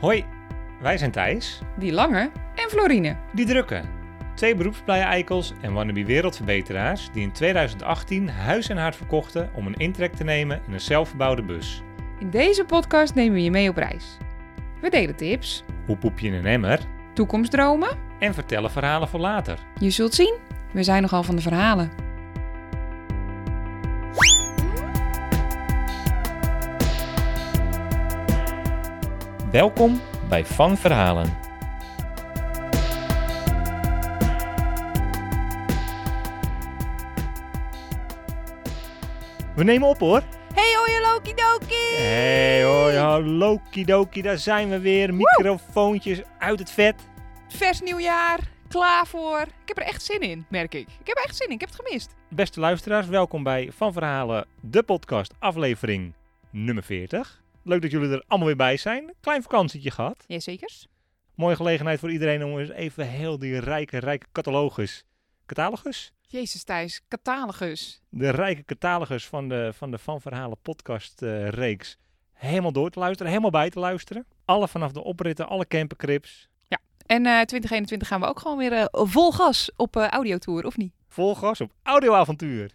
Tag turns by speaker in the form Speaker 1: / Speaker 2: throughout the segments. Speaker 1: Hoi, wij zijn Thijs,
Speaker 2: Die Lange en Florine.
Speaker 1: die drukken. Twee beroepsblije-eikels en wannabe wereldverbeteraars die in 2018 huis en haard verkochten om een intrek te nemen in een zelfgebouwde bus.
Speaker 2: In deze podcast nemen we je mee op reis. We delen tips,
Speaker 1: Hoe poep je in een emmer?
Speaker 2: toekomstdromen.
Speaker 1: En vertellen verhalen voor later.
Speaker 2: Je zult zien, we zijn nogal van de verhalen.
Speaker 1: Welkom bij Van Verhalen. We nemen op hoor.
Speaker 2: Hey hoi, Loki Doki!
Speaker 1: Hey hoi, hallo kidoki, daar zijn we weer. Microfoontjes uit het vet.
Speaker 2: Vers nieuwjaar, klaar voor. Ik heb er echt zin in, merk ik. Ik heb er echt zin in, ik heb het gemist.
Speaker 1: Beste luisteraars, welkom bij Van Verhalen, de podcast, aflevering nummer 40. Leuk dat jullie er allemaal weer bij zijn. Klein vakantietje gehad.
Speaker 2: Jazeker.
Speaker 1: Mooie gelegenheid voor iedereen om eens even heel die rijke, rijke catalogus. Catalogus?
Speaker 2: Jezus Thijs, catalogus.
Speaker 1: De rijke catalogus van de Van, de van Verhalen podcast eh, reeks. Helemaal door te luisteren, helemaal bij te luisteren. Alle vanaf de opritten, alle campercrips.
Speaker 2: En eh, 2021 gaan we ook gewoon weer eh, vol gas op eh audiotour, of niet?
Speaker 1: Vol gas op audioavontuur.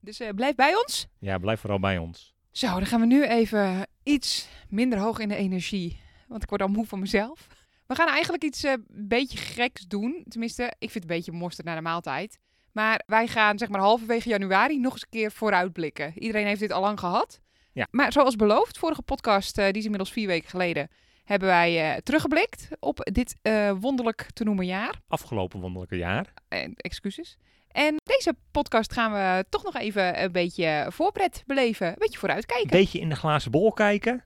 Speaker 2: Dus eh, blijf bij ons.
Speaker 1: Ja, blijf vooral bij ons.
Speaker 2: Zo, dan gaan we nu even iets minder hoog in de energie. Want ik word al moe van mezelf. We gaan eigenlijk iets eh beetje geks doen. Tenminste, ik vind het een beetje mosterd naar de maaltijd. Maar wij gaan zeg maar halverwege januari nog eens een keer vooruitblikken. Iedereen heeft dit al lang gehad.
Speaker 1: Ja.
Speaker 2: Maar zoals beloofd, vorige podcast, eh, die is inmiddels vier weken geleden, hebben wij eh, teruggeblikt op dit eh, wonderlijk te noemen jaar.
Speaker 1: Afgelopen wonderlijke jaar.
Speaker 2: En excuses. En deze podcast gaan we toch nog even een beetje voorpret beleven. Een beetje vooruitkijken,
Speaker 1: Beetje in de glazen bol kijken.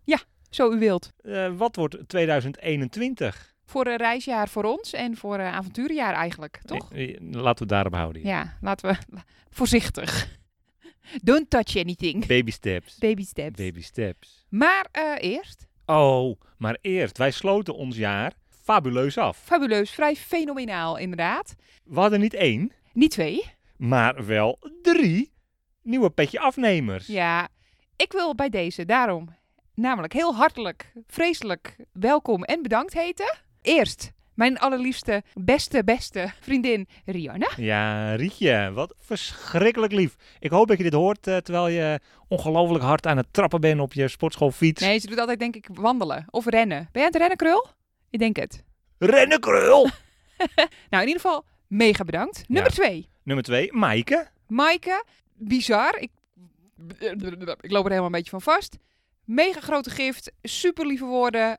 Speaker 2: zo u wilt.
Speaker 1: Eh, wat wordt 2021?
Speaker 2: Voor een reisjaar voor ons en voor een avonturenjaar eigenlijk, toch?
Speaker 1: Eh, eh, Laten we het daarop houden. ja.
Speaker 2: Ja, laten we... Voorzichtig. Don't touch anything.
Speaker 1: Baby steps.
Speaker 2: Baby steps.
Speaker 1: Baby steps.
Speaker 2: Maar eh, eerst,
Speaker 1: Oh, maar eerst, wij sloten ons jaar fabuleus af.
Speaker 2: fabuleus, vrij fenomenaal inderdaad.
Speaker 1: We hadden niet één,
Speaker 2: Niet twee.
Speaker 1: maar wel drie nieuwe petje afnemers.
Speaker 2: Ja, ik wil bij deze daarom namelijk heel hartelijk, vreselijk welkom en bedankt heten. Eerst mijn allerliefste, beste, beste vriendin Rianne.
Speaker 1: Ja, Rietje, wat verschrikkelijk lief. Ik hoop dat je dit hoort eh, terwijl je ongelooflijk hard aan het trappen bent op je sportschoolfiets.
Speaker 2: Nee, ze doet altijd denk ik wandelen of rennen. Ben je aan het rennen, Krul? Ik denk het.
Speaker 1: Rennen krul!
Speaker 2: Nou, in ieder geval mega bedankt. Nummer twee,
Speaker 1: Nummer twee, Maaike.
Speaker 2: Maaike. Bizar. Ik, ik loop er helemaal een beetje van vast. Mega grote gift. Super lieve woorden.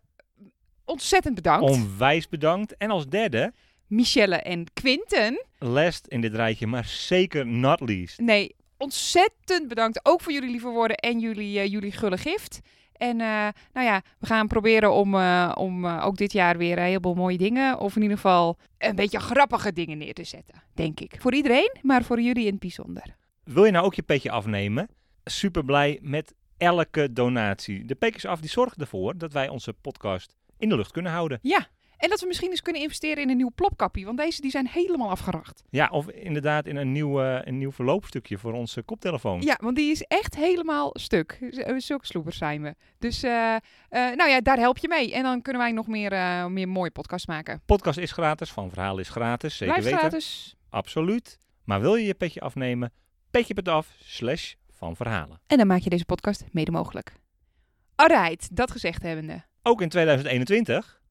Speaker 2: Ontzettend bedankt.
Speaker 1: Onwijs bedankt. En als derde,
Speaker 2: Michelle en Quinten.
Speaker 1: last in dit rijtje, maar zeker not least.
Speaker 2: Nee, ontzettend bedankt. Ook voor jullie lieve woorden en jullie, eh, jullie gulle gift. En eh, nou ja, we gaan proberen om, eh, om eh, ook dit jaar weer een heleboel mooie dingen. Of in ieder geval een beetje grappige dingen neer te zetten. Denk ik. Voor iedereen, maar voor jullie in het bijzonder.
Speaker 1: Wil je nou ook je petje afnemen? Super blij met elke donatie. De Pekers Af die zorgt ervoor dat wij onze podcast in de lucht kunnen houden.
Speaker 2: En dat we misschien eens kunnen investeren in een nieuw plopkappie, want deze die zijn helemaal afgeracht.
Speaker 1: Ja, of inderdaad in een nieuw, eh, een nieuw verloopstukje voor onze koptelefoon.
Speaker 2: Ja, want die is echt helemaal stuk. Z- eh, Zulke sloepers zijn we. Dus eh, eh, nou ja, daar help je mee. En dan kunnen wij nog meer, eh, meer mooie podcasts maken.
Speaker 1: Podcast is gratis, Van Verhaal is gratis, zeker
Speaker 2: Blijf dus.
Speaker 1: weten.
Speaker 2: gratis.
Speaker 1: Absoluut. Maar wil je je petje afnemen? Petje.af slash Van Verhalen.
Speaker 2: En dan maak je deze podcast mede mogelijk. Alright, dat gezegd hebbende.
Speaker 1: Ook in 2021.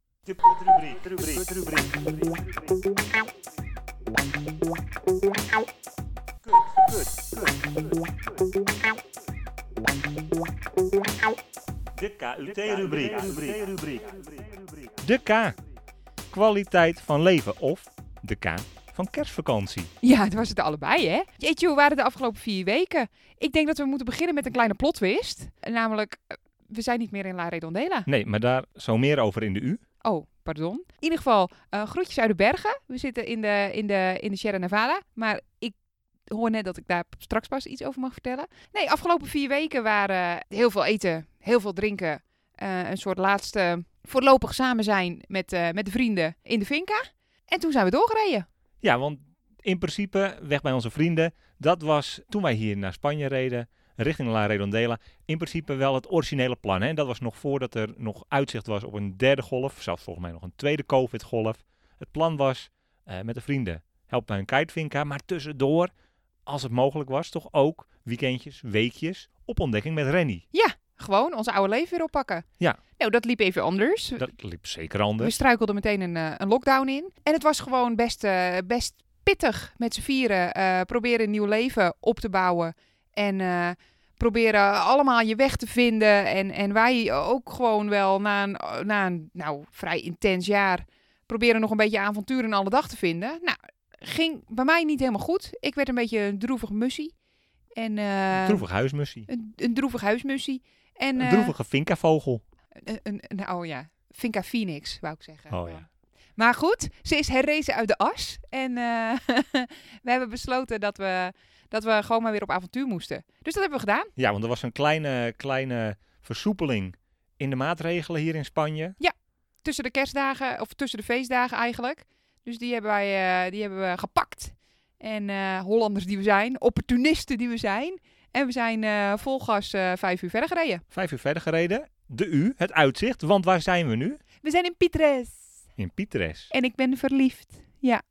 Speaker 1: De KUT-rubriek. De K. Kwaliteit van leven of de K van kerstvakantie.
Speaker 2: Ja, het was het allebei, hè? Jeetje, hoe waren de afgelopen vier weken? Ik denk dat we moeten beginnen met een kleine plotwist. Namelijk, eh, we zijn niet meer in La Redondela.
Speaker 1: Nee, maar daar zo meer over in de U.
Speaker 2: Oh, pardon. In ieder geval, eh, groetjes uit de bergen. We zitten in de, in de, in de Sierra Nevada. Maar ik hoor net dat ik daar straks pas iets over mag vertellen. Nee, afgelopen vier weken waren heel veel eten, heel veel drinken. eh, een soort laatste voorlopig samen zijn met, eh, met de vrienden in de Vinca. En toen zijn we doorgereden.
Speaker 1: Ja, want in principe, weg bij onze vrienden, dat was toen wij hier naar Spanje reden, richting La Redondela. In principe wel het originele plan. Hè? Dat was nog voordat er nog uitzicht was op een derde golf. Zelfs volgens mij nog een tweede COVID-golf. Het plan was eh, met de vrienden. Help bij een kitevinka. Maar tussendoor, als het mogelijk was, toch ook weekendjes, weekjes op ontdekking met Rennie.
Speaker 2: Gewoon ons oude leven weer oppakken.
Speaker 1: Ja.
Speaker 2: Nou, dat liep even anders.
Speaker 1: Dat liep zeker
Speaker 2: We
Speaker 1: anders.
Speaker 2: struikelden meteen een, eh, een lockdown in. En het was gewoon best, eh, best pittig met z'n vieren. eh, proberen een nieuw leven op te bouwen. En eh, proberen allemaal je weg te vinden. En, en wij ook gewoon wel na een, na een nou, vrij intens jaar... proberen nog een beetje avontuur in alle dag te vinden. Nou, ging bij mij niet helemaal goed. Ik werd een beetje een droevig mussie. En, eh,
Speaker 1: Droevig huismussie.
Speaker 2: Een, een droevig huismussie. En,
Speaker 1: Een
Speaker 2: eh,
Speaker 1: droevige vinkavogel.
Speaker 2: een, een, een- oh ja, Finca Phoenix, wou ik zeggen.
Speaker 1: Oh ja.
Speaker 2: Maar goed, ze is herrezen uit de as. En eh, we hebben besloten dat we, dat we gewoon maar weer op avontuur moesten. Dus dat hebben we gedaan.
Speaker 1: Ja, want er was een kleine, kleine versoepeling in de maatregelen hier in Spanje.
Speaker 2: Tussen de kerstdagen, of tussen de feestdagen eigenlijk. Dus die hebben wij eh, die hebben we gepakt. En eh, Hollanders die we zijn, opportunisten die we zijn. En we zijn eh, vol gas eh, vijf uur verder gereden.
Speaker 1: Vijf uur verder gereden. De U, het uitzicht. Want waar zijn we nu?
Speaker 2: We zijn in Pietres.
Speaker 1: In Pieteres.
Speaker 2: En ik ben verliefd. Ja,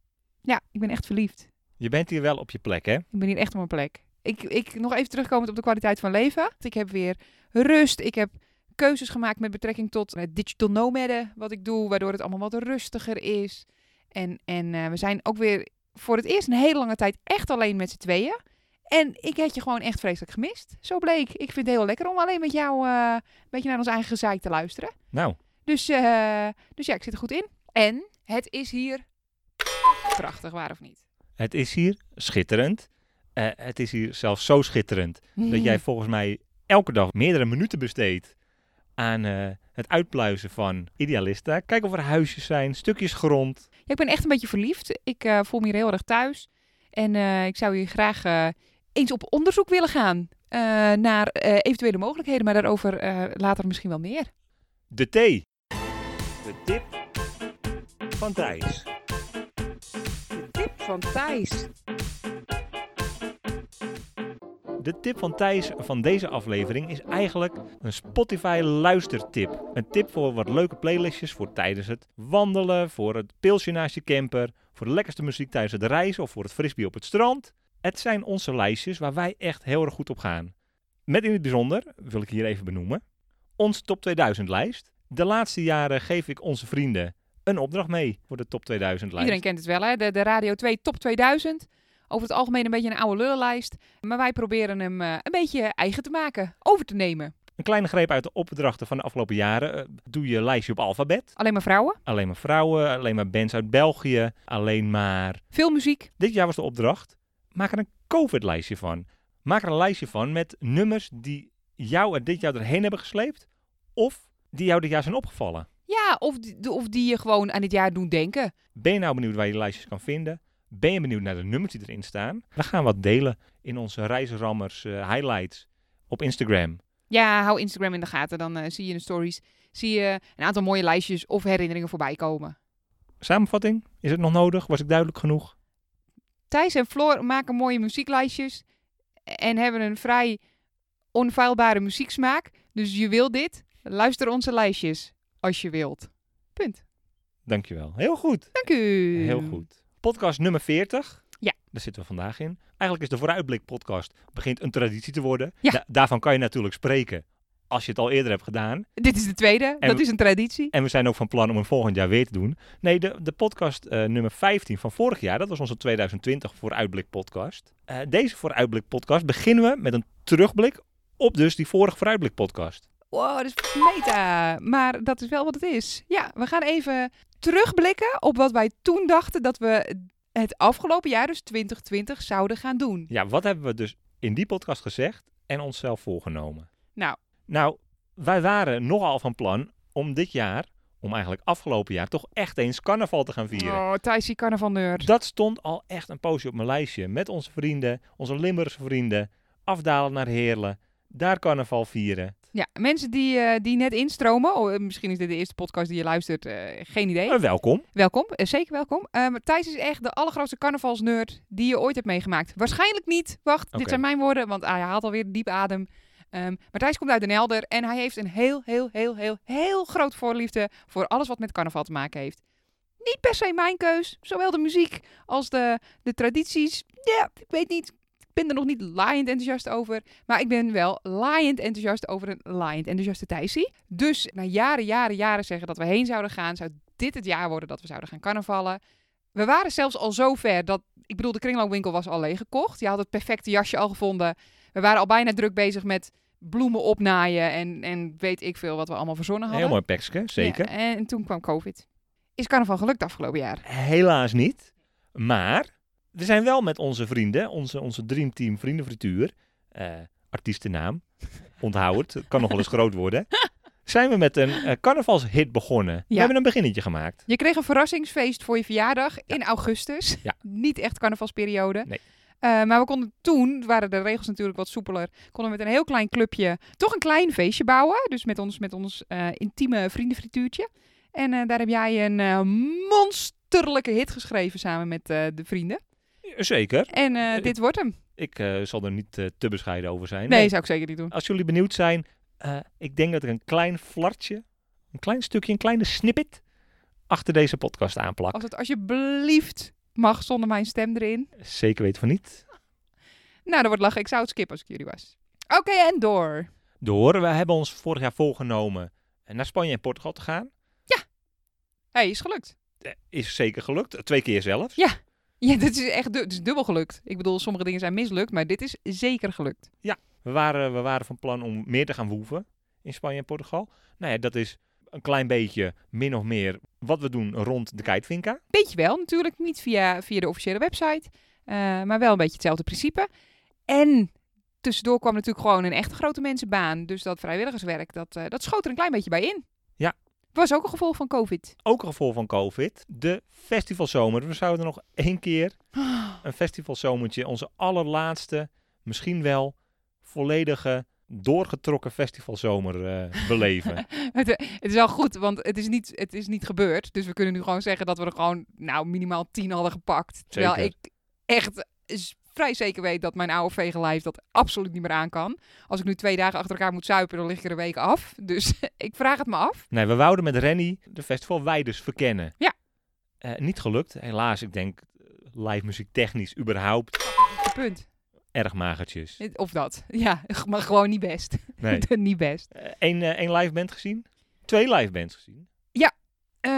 Speaker 2: ja ik ben echt verliefd.
Speaker 1: Je bent hier wel op je plek, hè?
Speaker 2: Ik ben hier echt op mijn plek. Ik, ik, nog even terugkomend op de kwaliteit van leven. Ik heb weer rust. Ik heb keuzes gemaakt met betrekking tot eh, digital nomaden. Wat ik doe, waardoor het allemaal wat rustiger is. En, en eh, we zijn ook weer voor het eerst een hele lange tijd echt alleen met z'n tweeën. En ik had je gewoon echt vreselijk gemist. Zo bleek. Ik vind het heel lekker om alleen met jou eh, een beetje naar ons eigen gezeik te luisteren.
Speaker 1: Nou,
Speaker 2: Dus, eh, dus ja, ik zit er goed in. En het is hier prachtig, waar of niet?
Speaker 1: het is hier schitterend. Eh, het is hier zelfs zo schitterend dat jij volgens mij elke dag meerdere minuten besteedt aan eh, het uitpluizen van idealista. Kijk of er huisjes zijn, stukjes grond.
Speaker 2: Ja, ik ben echt een beetje verliefd. Ik eh, voel me hier heel erg thuis. En eh, ik zou hier graag eh, eens op onderzoek willen gaan eh, naar eh, eventuele mogelijkheden. Maar daarover eh, later misschien wel meer.
Speaker 1: De thee. De tip van Thijs.
Speaker 2: De tip van Thijs.
Speaker 1: De tip van Thijs van deze aflevering is eigenlijk een Spotify luistertip. Een tip voor wat leuke playlistjes voor tijdens het wandelen, voor het pilsje naast je camper, voor de lekkerste muziek tijdens het reizen of voor het frisbee op het strand. Het zijn onze lijstjes waar wij echt heel erg goed op gaan. Met in het bijzonder, wil ik hier even benoemen, onze top 2000 lijst. De laatste jaren geef ik onze vrienden een opdracht mee voor de top 2000 lijst.
Speaker 2: Iedereen kent het wel, hè? De, de Radio 2 Top 2000. Over het algemeen een beetje een oude lullenlijst. Maar wij proberen hem eh, een beetje eigen te maken, over te nemen.
Speaker 1: Een kleine greep uit de opdrachten van de afgelopen jaren. Eh, Doe je lijstje op alfabet.
Speaker 2: Alleen maar vrouwen,
Speaker 1: Alleen maar vrouwen, alleen maar bands uit België, alleen maar...
Speaker 2: veel muziek.
Speaker 1: Dit jaar was de opdracht, maak er een COVID-lijstje van. Maak er een lijstje van met nummers die jou er dit jaar doorheen hebben gesleept... of die jou dit jaar zijn opgevallen.
Speaker 2: Ja, of, die- of die je gewoon aan dit jaar doen denken.
Speaker 1: Ben je nou benieuwd waar je die lijstjes kan vinden? Ben je benieuwd naar de nummers die erin staan? We gaan wat delen in onze reisrammers eh, highlights op Instagram.
Speaker 2: Ja, hou Instagram in de gaten. Dan eh, zie je in de stories zie je een aantal mooie lijstjes of herinneringen voorbij komen.
Speaker 1: Samenvatting, is het nog nodig? Was ik duidelijk genoeg?
Speaker 2: Thijs en Floor maken mooie muzieklijstjes en hebben een vrij onfeilbare muzieksmaak. Dus je wil dit? Luister onze lijstjes als je wilt. Punt.
Speaker 1: Dankjewel. Heel goed.
Speaker 2: Dank u.
Speaker 1: Heel goed. Podcast nummer 40.
Speaker 2: Ehm, Ja.
Speaker 1: Daar zitten we vandaag in. Eigenlijk is de vooruitblik podcast begint een traditie te worden.
Speaker 2: Ja.
Speaker 1: Da- daarvan kan je natuurlijk spreken als je het al eerder hebt gedaan.
Speaker 2: Dit is de tweede.
Speaker 1: En
Speaker 2: dat
Speaker 1: we-
Speaker 2: is een traditie.
Speaker 1: En we zijn ook van plan om hem volgend jaar weer te doen. Nee, de, de podcast eh, nummer 15 van vorig jaar, dat was onze 2020 vooruitblik podcast. Eh, deze vooruitblik podcast beginnen we met een terugblik op dus die vorige vooruitblik podcast.
Speaker 2: Wow, dat is meta. Maar dat is wel wat het is. Ja, we gaan even terugblikken op wat wij toen dachten dat we het afgelopen jaar, dus 2020, zouden gaan doen.
Speaker 1: Ja, wat hebben we dus in die podcast gezegd en onszelf voorgenomen?
Speaker 2: Nou.
Speaker 1: Nou, wij waren nogal van plan om dit jaar, om eigenlijk afgelopen jaar, toch echt eens carnaval te gaan vieren.
Speaker 2: Oh, Thijs, die carnavalneur.
Speaker 1: Dat stond al echt een poosje op mijn lijstje. Met onze vrienden, onze Limburgse vrienden, afdalen naar Heerlen, daar carnaval vieren.
Speaker 2: Ja, mensen die, eh, die net instromen, oh, eh, misschien is dit de eerste podcast die je luistert, eh, geen idee.
Speaker 1: Eh, welkom.
Speaker 2: Welkom, eh, zeker welkom. Eh, maar Thijs is echt de allergrootste carnavalsnerd die je ooit hebt meegemaakt. Waarschijnlijk niet, wacht, dit
Speaker 1: Oké.
Speaker 2: zijn mijn woorden, want ah, hij haalt alweer diep adem. Ehm, maar Thijs komt uit Den Helder en hij heeft een heel, heel, heel, heel, heel groot voorliefde voor alles wat met carnaval te maken heeft. Niet per se mijn keus, zowel de muziek als de, de tradities. Ja, ik weet niet, ik ben er nog niet laaiend enthousiast over. Maar ik ben wel laaiend enthousiast over een laaiend enthousiaste Thijsie. Dus na jaren, jaren, jaren zeggen dat we heen zouden gaan, zou dit het jaar worden dat we zouden gaan carnavallen. We waren zelfs al zo ver dat, ik bedoel, de kringloopwinkel was al leeggekocht. Je had het perfecte jasje al gevonden. We waren al bijna druk bezig met bloemen opnaaien en, en weet ik veel wat we allemaal verzonnen
Speaker 1: Heel
Speaker 2: hadden.
Speaker 1: mooi pekske, zeker.
Speaker 2: Ja, en toen kwam COVID. Is carnaval gelukt afgelopen jaar?
Speaker 1: Helaas niet. Maar we zijn wel met onze vrienden, onze, onze Dreamteam Vriendenfrituur, eh artiestennaam, onthoud het, het kan nog wel eens groot worden. Zijn we met een eh, carnavalshit begonnen. We
Speaker 2: Ja.
Speaker 1: hebben een beginnetje gemaakt.
Speaker 2: Je kreeg een verrassingsfeest voor je verjaardag in augustus.
Speaker 1: Ja.
Speaker 2: Niet echt carnavalsperiode.
Speaker 1: Nee.
Speaker 2: Eh, maar we konden toen, waren de regels natuurlijk wat soepeler, konden we met een heel klein clubje toch een klein feestje bouwen. Dus met ons, met ons eh, intieme vriendenfrituurtje. En eh, daar heb jij een eh, monsterlijke hit geschreven samen met eh, de vrienden.
Speaker 1: Zeker.
Speaker 2: En eh,
Speaker 1: Eh,
Speaker 2: dit wordt hem.
Speaker 1: Ik eh, zal er niet eh, te bescheiden over zijn.
Speaker 2: Nee, zou ik zeker niet doen.
Speaker 1: Als jullie benieuwd zijn, eh, ik denk dat ik een klein flartje, een klein stukje, een kleine snippet achter deze podcast aanplak.
Speaker 2: Als het alsjeblieft mag zonder mijn stem erin.
Speaker 1: Zeker weten van niet.
Speaker 2: Nou, dat wordt lachen. Ik zou het skippen als ik jullie was. Oké, en door.
Speaker 1: Door, we hebben ons vorig jaar voorgenomen eh, naar Spanje en Portugal te gaan.
Speaker 2: Hey, is gelukt.
Speaker 1: Eh, Is zeker gelukt, twee keer zelfs.
Speaker 2: Ja. Ja, dit is echt du- het is dubbel gelukt. Ik bedoel, sommige dingen zijn mislukt, maar dit is zeker gelukt.
Speaker 1: We waren, we waren van plan om meer te gaan woeven in Spanje en Portugal. Nou ja, dat is een klein beetje min of meer wat we doen rond de Keitvinka.
Speaker 2: Beetje wel, natuurlijk niet via, via de officiële website, eh, maar wel een beetje hetzelfde principe. En tussendoor kwam natuurlijk gewoon een echte grote mensenbaan. Dus dat vrijwilligerswerk, dat, eh, dat schoot er een klein beetje bij in.
Speaker 1: Ja.
Speaker 2: Was ook een gevolg van COVID.
Speaker 1: Ook een gevolg van COVID, de festivalzomer. We zouden nog één keer een festivalzomertje, onze allerlaatste, misschien wel volledige, doorgetrokken festivalzomer eh, beleven.
Speaker 2: Het, eh, het is wel goed, want het is, niet, het is niet gebeurd. Dus we kunnen nu gewoon zeggen dat we er gewoon nou, minimaal tien hadden gepakt. Terwijl
Speaker 1: Zeker.
Speaker 2: ik echt z- vrij zeker weet dat mijn oude vegenlijf dat absoluut niet meer aan kan. Als ik nu twee dagen achter elkaar moet zuipen, dan lig ik er een week af. Dus ik vraag het me af.
Speaker 1: nee, we wouden met Rennie de festivalweiders verkennen.
Speaker 2: Ja.
Speaker 1: Eh, niet gelukt, helaas. Ik denk eh, live muziek technisch überhaupt
Speaker 2: Punt.
Speaker 1: erg magertjes.
Speaker 2: Of dat. Ja, maar gewoon niet best.
Speaker 1: Nee.
Speaker 2: niet best.
Speaker 1: Eén eh, één live band gezien? Twee live bands gezien.
Speaker 2: Eh,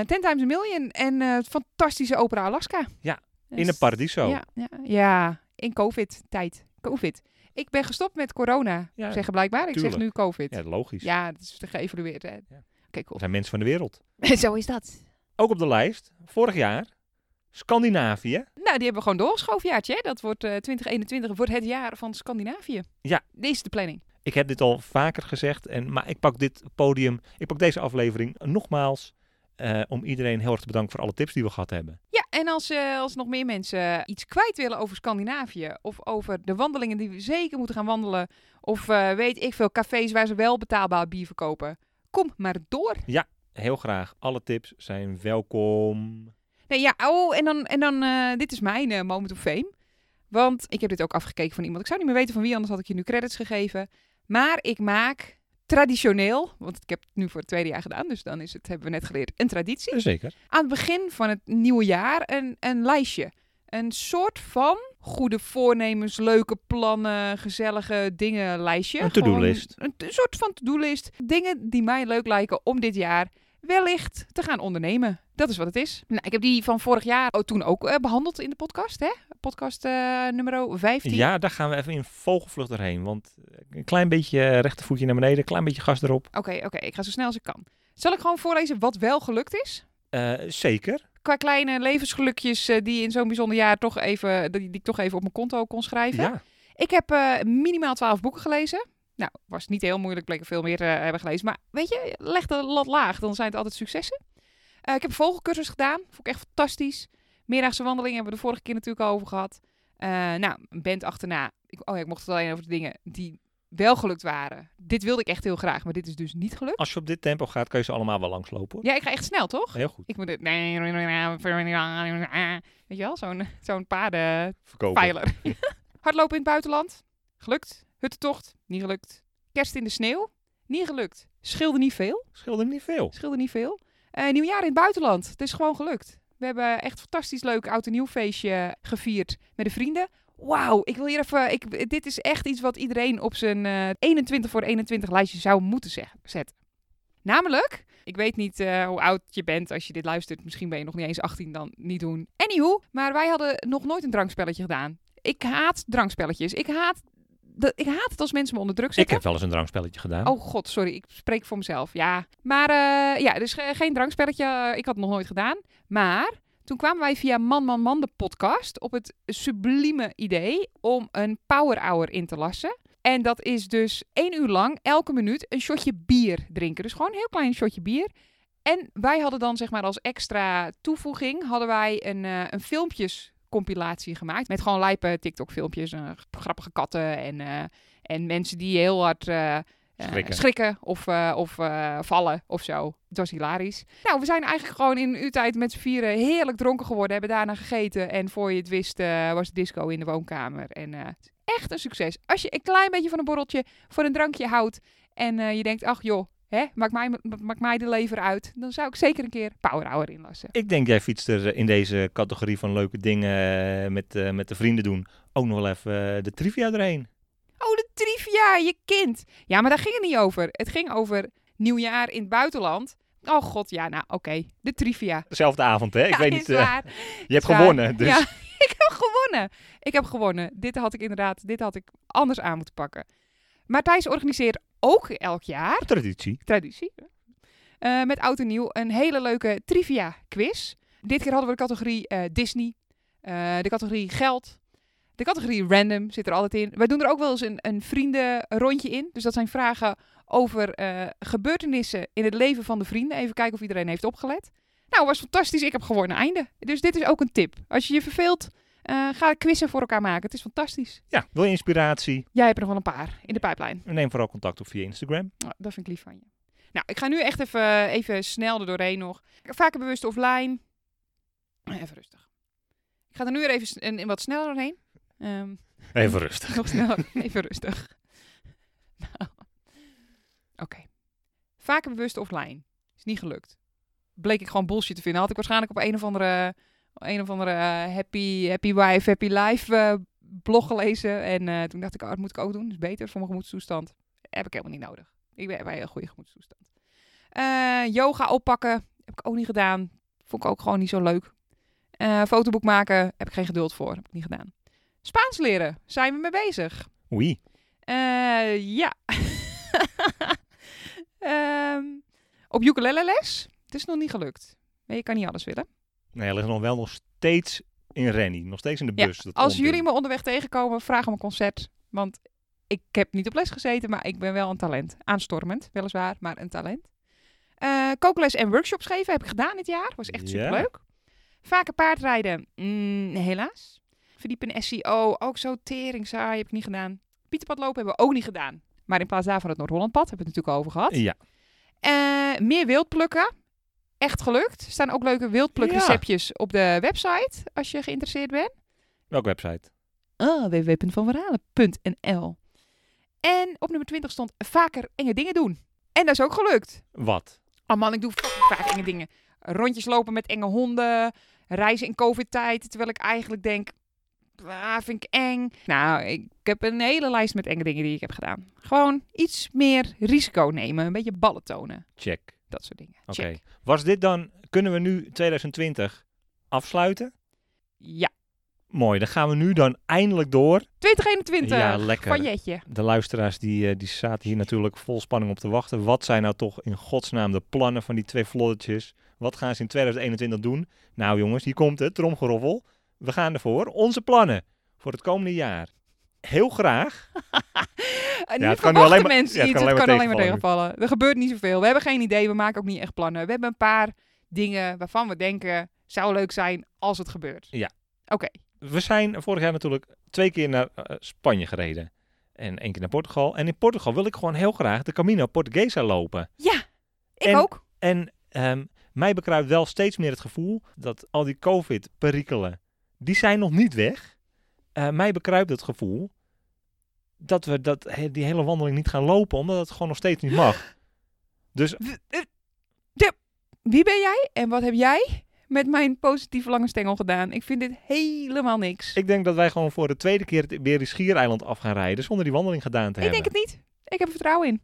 Speaker 2: Ten Times a Million en eh, het fantastische opera Alaska.
Speaker 1: Ja,
Speaker 2: Dus-
Speaker 1: In een paradiso.
Speaker 2: Ja, ja, ja, in COVID-tijd. COVID. Ik ben gestopt met corona,
Speaker 1: Ja,
Speaker 2: zeggen blijkbaar. Ik zeg
Speaker 1: tuurlijk.
Speaker 2: nu COVID.
Speaker 1: Ja,
Speaker 2: Ja,
Speaker 1: logisch.
Speaker 2: dat is geëvalueerd. hè. Oké,
Speaker 1: We
Speaker 2: cool.
Speaker 1: zijn mensen van de wereld.
Speaker 2: Zo is dat.
Speaker 1: Ook op de lijst, vorig jaar, Scandinavië.
Speaker 2: Nou, die hebben we gewoon doorgeschoven jaartje. hè. Dat wordt eh 2021 wordt het jaar van Scandinavië.
Speaker 1: Ja.
Speaker 2: Dit is de planning.
Speaker 1: Ik heb dit al vaker gezegd, en, maar ik pak dit podium, ik pak deze aflevering nogmaals eh, om iedereen heel erg te bedanken voor alle tips die we gehad hebben.
Speaker 2: Ja, en als, eh, als nog meer mensen iets kwijt willen over Scandinavië... of over de wandelingen die we zeker moeten gaan wandelen... of eh, weet ik veel, cafés waar ze wel betaalbaar bier verkopen... kom maar door.
Speaker 1: Heel graag, alle tips zijn welkom.
Speaker 2: Nee, ja, oh, en dan, en dan eh, dit is mijn eh, moment of fame. Want ik heb dit ook afgekeken van iemand. Ik zou niet meer weten van wie, anders had ik je nu credits gegeven. Maar ik maak traditioneel, want ik heb het nu voor het tweede jaar gedaan, dus dan is het, hebben we net geleerd, een traditie.
Speaker 1: Zeker.
Speaker 2: Aan het begin van het nieuwe jaar een, een lijstje. Een soort van goede voornemens, leuke plannen, gezellige dingen lijstje.
Speaker 1: Een to-do
Speaker 2: Gewoon
Speaker 1: list.
Speaker 2: Een, t- soort van to-do list. Dingen die mij leuk lijken om dit jaar wellicht te gaan ondernemen. Dat is wat het is. Nou, ik heb die van vorig jaar oh, toen ook eh, behandeld in de podcast. Hè? Podcast eh nummer 15.
Speaker 1: Ja, daar gaan we even in vogelvlucht doorheen, want eh, een klein beetje eh, rechtervoetje naar beneden, een klein beetje gas erop.
Speaker 2: Oké, oké. ik ga zo snel als ik kan. Zal ik gewoon voorlezen wat wel gelukt is?
Speaker 1: Eh, zeker.
Speaker 2: Qua kleine levensgelukjes eh, die in zo'n bijzonder jaar toch even, die, die ik toch even op mijn konto kon schrijven.
Speaker 1: Ja.
Speaker 2: Ik heb eh, minimaal twaalf boeken gelezen. Nou, was niet heel moeilijk, bleek er veel meer te hebben gelezen. Maar weet je, leg de lat laag, dan zijn het altijd successen. Eh, ik heb een vogelcursus gedaan, vond ik echt fantastisch. Meerdaagse wandeling hebben we de vorige keer natuurlijk al over gehad. Eh, nou, een band achterna. Ik, oh ja, ik mocht het alleen over de dingen die wel gelukt waren. Dit wilde ik echt heel graag, maar dit is dus niet gelukt.
Speaker 1: Als je op dit tempo gaat, kan je ze allemaal wel langslopen hoor.
Speaker 2: Ja, ik ga echt snel, toch?
Speaker 1: Heel goed.
Speaker 2: Ik moet dit... Weet je wel, zo'n zo'n paardenpeiler.
Speaker 1: Verkopen.
Speaker 2: Hardlopen in het buitenland. Gelukt. Huttentocht. Niet gelukt. Kerst in de sneeuw. Niet gelukt. Scheelde niet veel.
Speaker 1: Scheelde hem niet veel.
Speaker 2: Scheelde niet veel. Eh, nieuwjaar in het buitenland. Het is gewoon gelukt. We hebben echt fantastisch leuk oud en nieuw feestje gevierd met de vrienden. Wauw, ik wil hier even. Ik, dit is echt iets wat iedereen op zijn eh, 21 voor 21 lijstje zou moeten zeg- zetten. Namelijk, ik weet niet eh, hoe oud je bent als je dit luistert. Misschien ben je nog niet eens 18, dan niet doen. Anywho, maar wij hadden nog nooit een drankspelletje gedaan. Ik haat drankspelletjes. Ik haat, de, ik haat het als mensen me onder druk
Speaker 1: Ik
Speaker 2: zetten.
Speaker 1: heb wel eens een drankspelletje gedaan.
Speaker 2: Oh god, sorry, ik spreek voor mezelf. Ja, maar eh, ja, dus ge- geen drankspelletje. eh, Ik had het nog nooit gedaan. Maar toen kwamen wij via Man Man Man de podcast op het sublieme idee om een power hour in te lassen. En dat is dus één uur lang elke minuut een shotje bier drinken. Dus gewoon een heel klein shotje bier. En wij hadden dan zeg maar als extra toevoeging hadden wij een, eh, een filmpjescompilatie gemaakt met gewoon lijpe TikTok filmpjes, grappige katten en, eh, en mensen die heel hard eh, eh,
Speaker 1: Schrikken.
Speaker 2: of, eh, of eh, vallen of zo. Het was hilarisch. Nou, we zijn eigenlijk gewoon in uw tijd met z'n vieren heerlijk dronken geworden, hebben daarna gegeten en voor je het wist eh, was de disco in de woonkamer en eh, het is echt een succes. Als je een klein beetje van een borreltje voor een drankje houdt en eh, je denkt, ach joh, hè, maakt, mij, ma- maakt mij de lever uit. Dan zou ik zeker een keer Power Hour inlassen.
Speaker 1: Ik denk jij fietst er eh, in deze categorie van leuke dingen eh, met, eh, met de vrienden doen ook nog wel even eh, de trivia erheen.
Speaker 2: Oh, de trivia, je kind. Ja, maar daar ging het niet over. Het ging over nieuwjaar in het buitenland. Oh god, ja, nou oké. De trivia.
Speaker 1: Dezelfde avond, hè? Ik
Speaker 2: Ja,
Speaker 1: weet
Speaker 2: is
Speaker 1: niet. eh,
Speaker 2: waar.
Speaker 1: je hebt
Speaker 2: Is waar.
Speaker 1: gewonnen, dus
Speaker 2: Ja, ik heb gewonnen. Ik heb gewonnen. Dit had ik inderdaad, dit had ik anders aan moeten pakken. Maar Thijs organiseert ook elk jaar
Speaker 1: traditie.
Speaker 2: traditie. hè. Eh, met oud en nieuw een hele leuke trivia quiz. Dit keer hadden we de categorie eh, Disney, eh, de categorie geld, de categorie random zit er altijd in. Wij doen er ook wel eens een, een vriendenrondje in. Dus dat zijn vragen over eh, gebeurtenissen in het leven van de vrienden. Even kijken of iedereen heeft opgelet. Nou, was fantastisch. Ik heb gewonnen. Einde. Dus dit is ook een tip. Als je je verveelt, eh, ga quizzen voor elkaar maken. Het is fantastisch.
Speaker 1: Ja, wil je inspiratie?
Speaker 2: Jij hebt er nog wel een paar in de pijplijn.
Speaker 1: Neem vooral contact op via Instagram.
Speaker 2: Oh, dat vind ik lief van je. Nou, ik ga nu echt even, even snel er doorheen nog. Vaker bewust offline. Even rustig. Ik ga er nu weer even s- een, een wat sneller doorheen. Ehm,
Speaker 1: Even rustig.
Speaker 2: nog sneller. Even rustig. Nou. Oké. Vaker bewust offline. Is niet gelukt. Bleek ik gewoon bullshit te vinden. Had ik waarschijnlijk op een of andere, een of andere eh, happy, happy wife, happy life eh, blog gelezen. En eh, toen dacht ik, oh, dat moet ik ook doen. Dat is beter voor mijn gemoedstoestand. Heb ik helemaal niet nodig. Ik ben bij een heel goede gemoedstoestand. Eh, yoga oppakken. Heb ik ook niet gedaan. Vond ik ook gewoon niet zo leuk. Eh, fotoboek maken. Heb ik geen geduld voor. Heb ik niet gedaan. Spaans leren. Zijn we mee bezig?
Speaker 1: Oei.
Speaker 2: Eh, ja. Ehm, op ukulele les. Het is nog niet gelukt. Nee, je kan niet alles willen.
Speaker 1: Nee, hij ligt nog wel nog steeds in Rennie. Nog steeds in de
Speaker 2: Ja,
Speaker 1: bus. dat
Speaker 2: Als
Speaker 1: onzin.
Speaker 2: jullie me onderweg tegenkomen, vraag om een concert. Want ik heb niet op les gezeten, maar ik ben wel een talent. Aanstormend, weliswaar, maar een talent. Eh kookles en workshops geven heb ik gedaan dit jaar. Was
Speaker 1: Ja.
Speaker 2: echt superleuk. Vaker paardrijden, mm, helaas. Verdiepen in SEO, ook zo tering saai, heb ik niet gedaan. Pieterpad lopen hebben we ook niet gedaan. Maar in plaats daarvan het Noord-Hollandpad, hebben we het natuurlijk al over gehad.
Speaker 1: Ja,
Speaker 2: Eh, meer wild plukken. Echt gelukt. Er staan ook leuke wildplukreceptjes op de website, als je geïnteresseerd bent.
Speaker 1: welke website?
Speaker 2: Ah, www.vanverhalen.nl. En op nummer 20 stond vaker enge dingen doen. En dat is ook gelukt.
Speaker 1: Wat?
Speaker 2: Oh man, ik doe fucking vaak enge dingen. Rondjes lopen met enge honden. Reizen in covid-tijd. Terwijl ik eigenlijk denk, ah, vind ik eng. Nou, ik heb een hele lijst met enge dingen die ik heb gedaan. Gewoon iets meer risico nemen. Een beetje ballen tonen.
Speaker 1: Check.
Speaker 2: Dat soort dingen.
Speaker 1: Oké.
Speaker 2: Check.
Speaker 1: Was dit dan, kunnen we nu 2020 afsluiten?
Speaker 2: Ja.
Speaker 1: Mooi, dan gaan we nu dan eindelijk door.
Speaker 2: 2021.
Speaker 1: Ja, lekker.
Speaker 2: Van Jetje.
Speaker 1: De luisteraars die, eh, die zaten hier natuurlijk vol spanning op te wachten. Wat zijn nou toch in godsnaam de plannen van die twee vloddertjes? Wat gaan ze in 2021 doen? Nou jongens, hier komt het, tromgeroffel. We gaan ervoor. Onze plannen voor het komende jaar. Heel graag.
Speaker 2: En
Speaker 1: Ja,
Speaker 2: nu
Speaker 1: het kan nu
Speaker 2: verwachten
Speaker 1: alleen maar-
Speaker 2: mensen
Speaker 1: ja, het
Speaker 2: iets,
Speaker 1: kan alleen
Speaker 2: het kan
Speaker 1: maar
Speaker 2: alleen maar tegenvallen. Er gebeurt niet zoveel. We hebben geen idee, we maken ook niet echt plannen. We hebben een paar dingen waarvan we denken, zou leuk zijn als het gebeurt.
Speaker 1: Ja.
Speaker 2: Oké,
Speaker 1: We zijn vorig jaar natuurlijk twee keer naar eh, Spanje gereden. En één keer naar Portugal. En in Portugal wil ik gewoon heel graag de Camino Portuguesa lopen.
Speaker 2: Ja, ik
Speaker 1: En-
Speaker 2: ook.
Speaker 1: En ehm, mij bekruipt wel steeds meer het gevoel dat al die COVID-perikelen, die zijn nog niet weg. Eh, mij bekruipt het gevoel dat we dat, he- die hele wandeling niet gaan lopen, omdat het gewoon nog steeds niet mag. Dus
Speaker 2: W- eh, de- Wie ben jij en wat heb jij met mijn positieve lange stengel gedaan? Ik vind dit helemaal niks.
Speaker 1: ik denk dat wij gewoon voor de tweede keer het Iberisch Schiereiland af gaan rijden, zonder die wandeling gedaan te
Speaker 2: Ik
Speaker 1: hebben.
Speaker 2: denk het niet. Ik heb er vertrouwen in.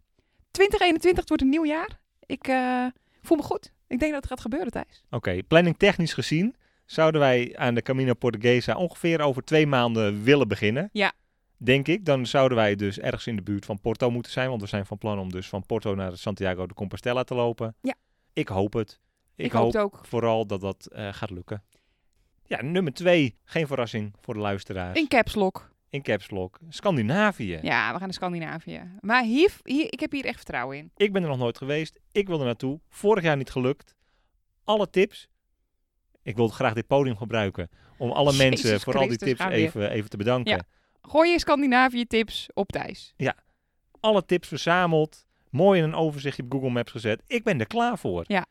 Speaker 2: 2021 het wordt een nieuw jaar. Ik eh, voel me goed. Ik denk dat het gaat gebeuren, Thijs.
Speaker 1: Oké, planning technisch gezien zouden wij aan de Camino Portuguesa ongeveer over twee maanden willen beginnen.
Speaker 2: Ja.
Speaker 1: Denk ik. Dan zouden wij dus ergens in de buurt van Porto moeten zijn. Want we zijn van plan om dus van Porto naar Santiago de Compostela te lopen.
Speaker 2: Ja.
Speaker 1: Ik hoop het. Ik,
Speaker 2: Ik,
Speaker 1: hoop,
Speaker 2: hoop het ook.
Speaker 1: vooral dat dat eh, gaat lukken. Ja, nummer twee. Geen verrassing voor de luisteraars.
Speaker 2: In caps lock.
Speaker 1: In caps lock. Scandinavië.
Speaker 2: Ja, we gaan naar Scandinavië. Maar hier, hier, ik heb hier echt vertrouwen in.
Speaker 1: Ik ben er nog nooit geweest. Ik wil er naartoe. Vorig jaar niet gelukt. Alle tips. Ik wilde graag dit podium gebruiken. Om alle
Speaker 2: Jezus
Speaker 1: mensen voor al die
Speaker 2: Christus,
Speaker 1: tips
Speaker 2: gaan we weer.
Speaker 1: even, even te bedanken.
Speaker 2: Ja. Gooi je Scandinavië tips op Thijs.
Speaker 1: Alle tips verzameld. Mooi in een overzichtje op Google Maps gezet. Ik ben er klaar voor.
Speaker 2: Ja.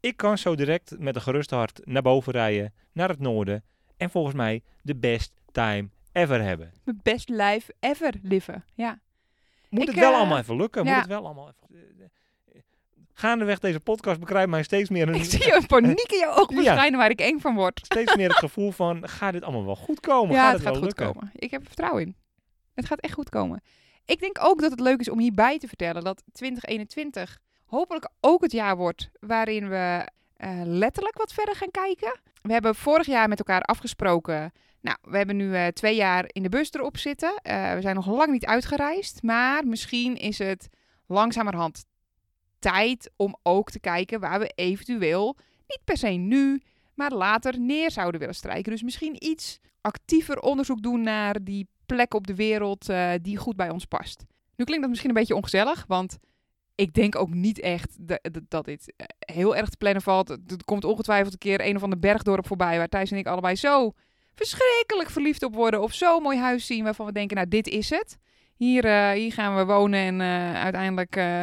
Speaker 1: Ik kan zo direct met een gerust hart naar boven rijden. Naar het noorden. En volgens mij de best time ever hebben.
Speaker 2: Mijn best life ever live. Ja.
Speaker 1: Moet
Speaker 2: Ik,
Speaker 1: het wel
Speaker 2: eh,
Speaker 1: allemaal even lukken.
Speaker 2: ja.
Speaker 1: Moet het wel allemaal even... Eh, Gaandeweg deze podcast bekruipt mij steeds meer,
Speaker 2: Ik
Speaker 1: een,
Speaker 2: zie een paniek in je ogen verschijnen waar ik eng van word.
Speaker 1: steeds meer het gevoel van... Gaat dit allemaal wel goed komen?
Speaker 2: ja,
Speaker 1: gaat
Speaker 2: het gaat
Speaker 1: wel
Speaker 2: goed
Speaker 1: lukken?
Speaker 2: komen. Ik heb er vertrouwen in. Het gaat echt goed komen. Ik denk ook dat het leuk is om hierbij te vertellen dat 2021 hopelijk ook het jaar wordt waarin we eh, letterlijk wat verder gaan kijken. We hebben vorig jaar met elkaar afgesproken. Nou, we hebben nu eh, twee jaar in de bus erop zitten. Eh, we zijn nog lang niet uitgereisd. Maar misschien is het langzamerhand tijd om ook te kijken waar we eventueel, niet per se nu, maar later neer zouden willen strijken. Dus misschien iets actiever onderzoek doen naar die plek op de wereld eh, die goed bij ons past. Nu klinkt dat misschien een beetje ongezellig, want ik denk ook niet echt da- da- dat dit eh, heel erg te plannen valt. Er er komt ongetwijfeld een keer een of ander bergdorp voorbij waar Thijs en ik allebei zo verschrikkelijk verliefd op worden of zo'n mooi huis zien waarvan we denken, nou dit is het. Hier, eh, hier gaan we wonen en eh, uiteindelijk eh eh,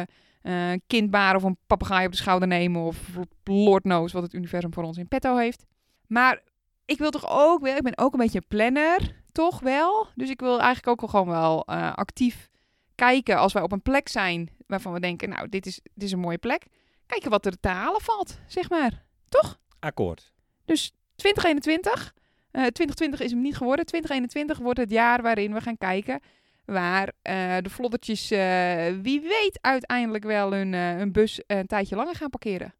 Speaker 2: een kindbaar of een papegaai op de schouder nemen of lord knows wat het universum voor ons in petto heeft. Maar ik wil toch ook wel, ik ben ook een beetje een planner, toch wel. Dus ik wil eigenlijk ook wel gewoon wel eh, actief kijken als wij op een plek zijn waarvan we denken, nou, dit is, dit is een mooie plek. Kijken wat er te halen valt, zeg maar.
Speaker 1: Akkoord.
Speaker 2: Dus 2021, eh, 2020 is hem niet geworden. 2021 wordt het jaar waarin we gaan kijken waar eh, de vloddertjes, eh, wie weet, uiteindelijk wel hun, eh, hun bus een tijdje langer gaan parkeren.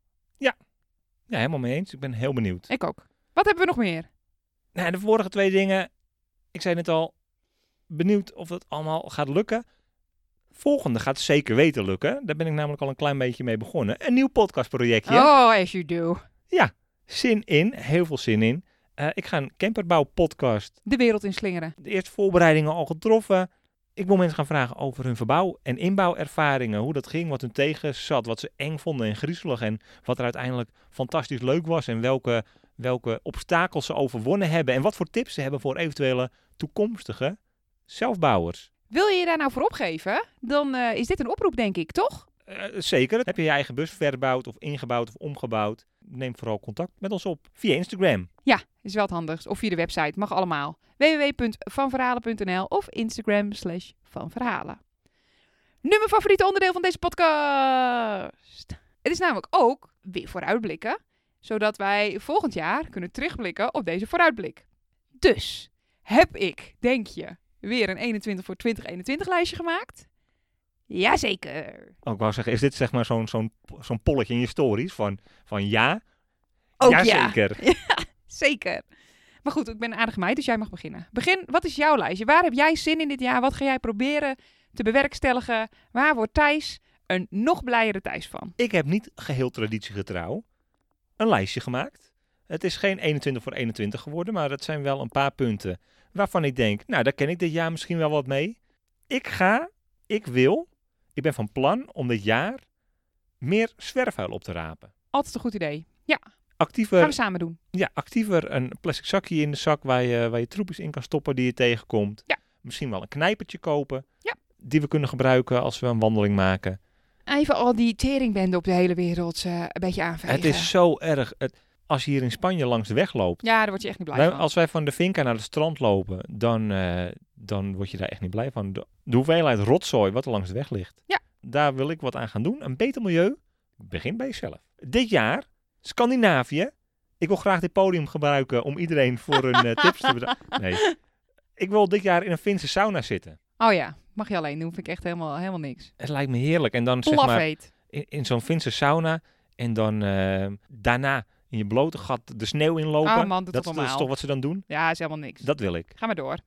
Speaker 1: Ja, helemaal mee eens. Ik ben heel benieuwd.
Speaker 2: Ik ook. Wat hebben we nog meer?
Speaker 1: Nou, de vorige twee dingen, ik zei net al, benieuwd of dat allemaal gaat lukken. Volgende gaat zeker weten lukken. Daar ben ik namelijk al een klein beetje mee begonnen. Een nieuw podcastprojectje.
Speaker 2: Oh, as you do.
Speaker 1: Zin in, heel veel zin in. Eh, ik ga een camperbouwpodcast.
Speaker 2: De wereld in slingeren.
Speaker 1: De eerste voorbereidingen al getroffen. Ik wil mensen gaan vragen over hun verbouw- en inbouwervaringen. Hoe dat ging, wat hun tegen zat, wat ze eng vonden en griezelig. En wat er uiteindelijk fantastisch leuk was. En welke, welke obstakels ze overwonnen hebben. En wat voor tips ze hebben voor eventuele toekomstige zelfbouwers.
Speaker 2: Wil je je daar nou voor opgeven? Dan eh, is dit een oproep, denk ik, toch?
Speaker 1: Eh, zeker, heb je je eigen bus verbouwd of ingebouwd of omgebouwd? Neem vooral contact met ons op via Instagram.
Speaker 2: Ja, is wel het handigst. Of via de website, mag allemaal. www.vanverhalen.nl of Instagram slash vanverhalen. Nu mijn favoriete onderdeel van deze podcast. Het is namelijk ook weer vooruitblikken, zodat wij volgend jaar kunnen terugblikken op deze vooruitblik. Dus heb ik, denk je, weer een 21 voor 2021 lijstje gemaakt? Jazeker.
Speaker 1: Oh, ik wou zeggen, is dit zeg maar zo'n zo'n zo'n polletje in je stories van, van ja?
Speaker 2: Ook ja.
Speaker 1: Jazeker.
Speaker 2: Zeker. Maar goed, ik ben een aardige meid, dus jij mag beginnen. Begin, wat is jouw lijstje? Waar heb jij zin in dit jaar? Wat ga jij proberen te bewerkstelligen? Waar wordt Thijs een nog blijere Thijs van?
Speaker 1: Ik heb niet geheel traditiegetrouw een lijstje gemaakt. Het is geen 21 voor 21 geworden, maar het zijn wel een paar punten waarvan ik denk, nou, daar ken ik dit jaar misschien wel wat mee. Ik ga, ik wil, ik ben van plan om dit jaar meer zwerfvuil op te rapen.
Speaker 2: Altijd een goed idee. Gaan we
Speaker 1: Actiever,
Speaker 2: samen doen.
Speaker 1: ja, actiever een plastic zakje in de zak waar je, waar je troepjes in kan stoppen die je tegenkomt.
Speaker 2: Ja.
Speaker 1: Misschien wel een knijpertje kopen.
Speaker 2: Ja.
Speaker 1: die we kunnen gebruiken als we een wandeling maken.
Speaker 2: Even al die teringbenden op de hele wereld eh, een beetje aanvegen.
Speaker 1: Het is zo erg. Het, als je hier in Spanje langs de weg loopt.
Speaker 2: Ja, daar word je echt niet blij
Speaker 1: Wij-
Speaker 2: van.
Speaker 1: als wij van de Vinca naar het strand lopen, dan, eh, dan word je daar echt niet blij van. De, de hoeveelheid rotzooi wat er langs de weg ligt.
Speaker 2: Ja.
Speaker 1: Daar wil ik wat aan gaan doen. Een beter milieu begint bij jezelf. Dit jaar, Scandinavië. Ik wil graag dit podium gebruiken om iedereen voor hun eh, tips te bedanken. Nee. Ik wil dit jaar in een Finse sauna zitten.
Speaker 2: Oh ja, mag je alleen. Dan hoef ik echt helemaal, helemaal niks.
Speaker 1: Het lijkt me heerlijk. En dan zeg maar
Speaker 2: Plafheet.
Speaker 1: in, in zo'n Finse sauna. En dan eh, daarna in je blote gat de sneeuw inlopen.
Speaker 2: Ah, man, doe
Speaker 1: dat,
Speaker 2: toch
Speaker 1: dat is
Speaker 2: normaal.
Speaker 1: toch wat ze dan doen?
Speaker 2: Ja, is helemaal niks.
Speaker 1: Dat wil ik.
Speaker 2: Ga maar door.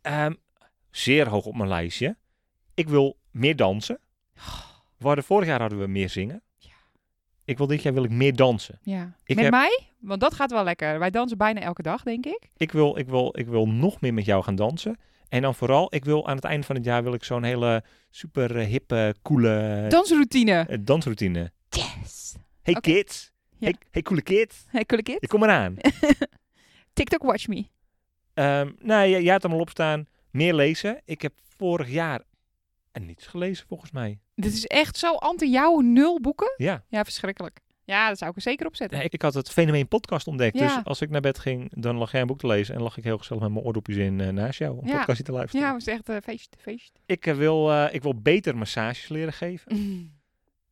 Speaker 1: Ehm, zeer hoog op mijn lijstje. Ik wil meer dansen. We hadden- vorig jaar hadden we meer zingen.
Speaker 2: Ja.
Speaker 1: Ik wil dit jaar wil ik meer dansen.
Speaker 2: Ja.
Speaker 1: Ik
Speaker 2: Met
Speaker 1: heb-
Speaker 2: mij? Want dat gaat wel lekker. Wij dansen bijna elke dag, denk ik.
Speaker 1: Ik wil, ik, wil, ik wil nog meer met jou gaan dansen. En dan vooral, ik wil aan het einde van het jaar wil ik zo'n hele super eh, hippe, coole
Speaker 2: Dansroutine.
Speaker 1: eh, dansroutine.
Speaker 2: Yes.
Speaker 1: Hey
Speaker 2: Oké.
Speaker 1: kids.
Speaker 2: Ja.
Speaker 1: Hey, hey coole kids.
Speaker 2: Hey, coole kid.
Speaker 1: Ik kom eraan.
Speaker 2: TikTok watch me.
Speaker 1: Ehm nou, jij, jij had hem al opstaan. Meer lezen. Ik heb vorig jaar eh, niets gelezen volgens mij.
Speaker 2: Dit is echt zo anti jou nul boeken.
Speaker 1: Ja.
Speaker 2: Ja, verschrikkelijk. Ja, dat zou ik er zeker op zetten.
Speaker 1: Nee, ik, ik had het fenomeen podcast ontdekt.
Speaker 2: Ja.
Speaker 1: Dus als ik naar bed ging, dan lag jij een boek te lezen. En lag ik heel gezellig met mijn oordopjes in eh, naast jou. Om
Speaker 2: Ja.
Speaker 1: podcastje te luisteren.
Speaker 2: Ja, het is echt eh, feest, feest. Oh,
Speaker 1: Ik, eh, wil, eh, ik wil beter massages leren geven.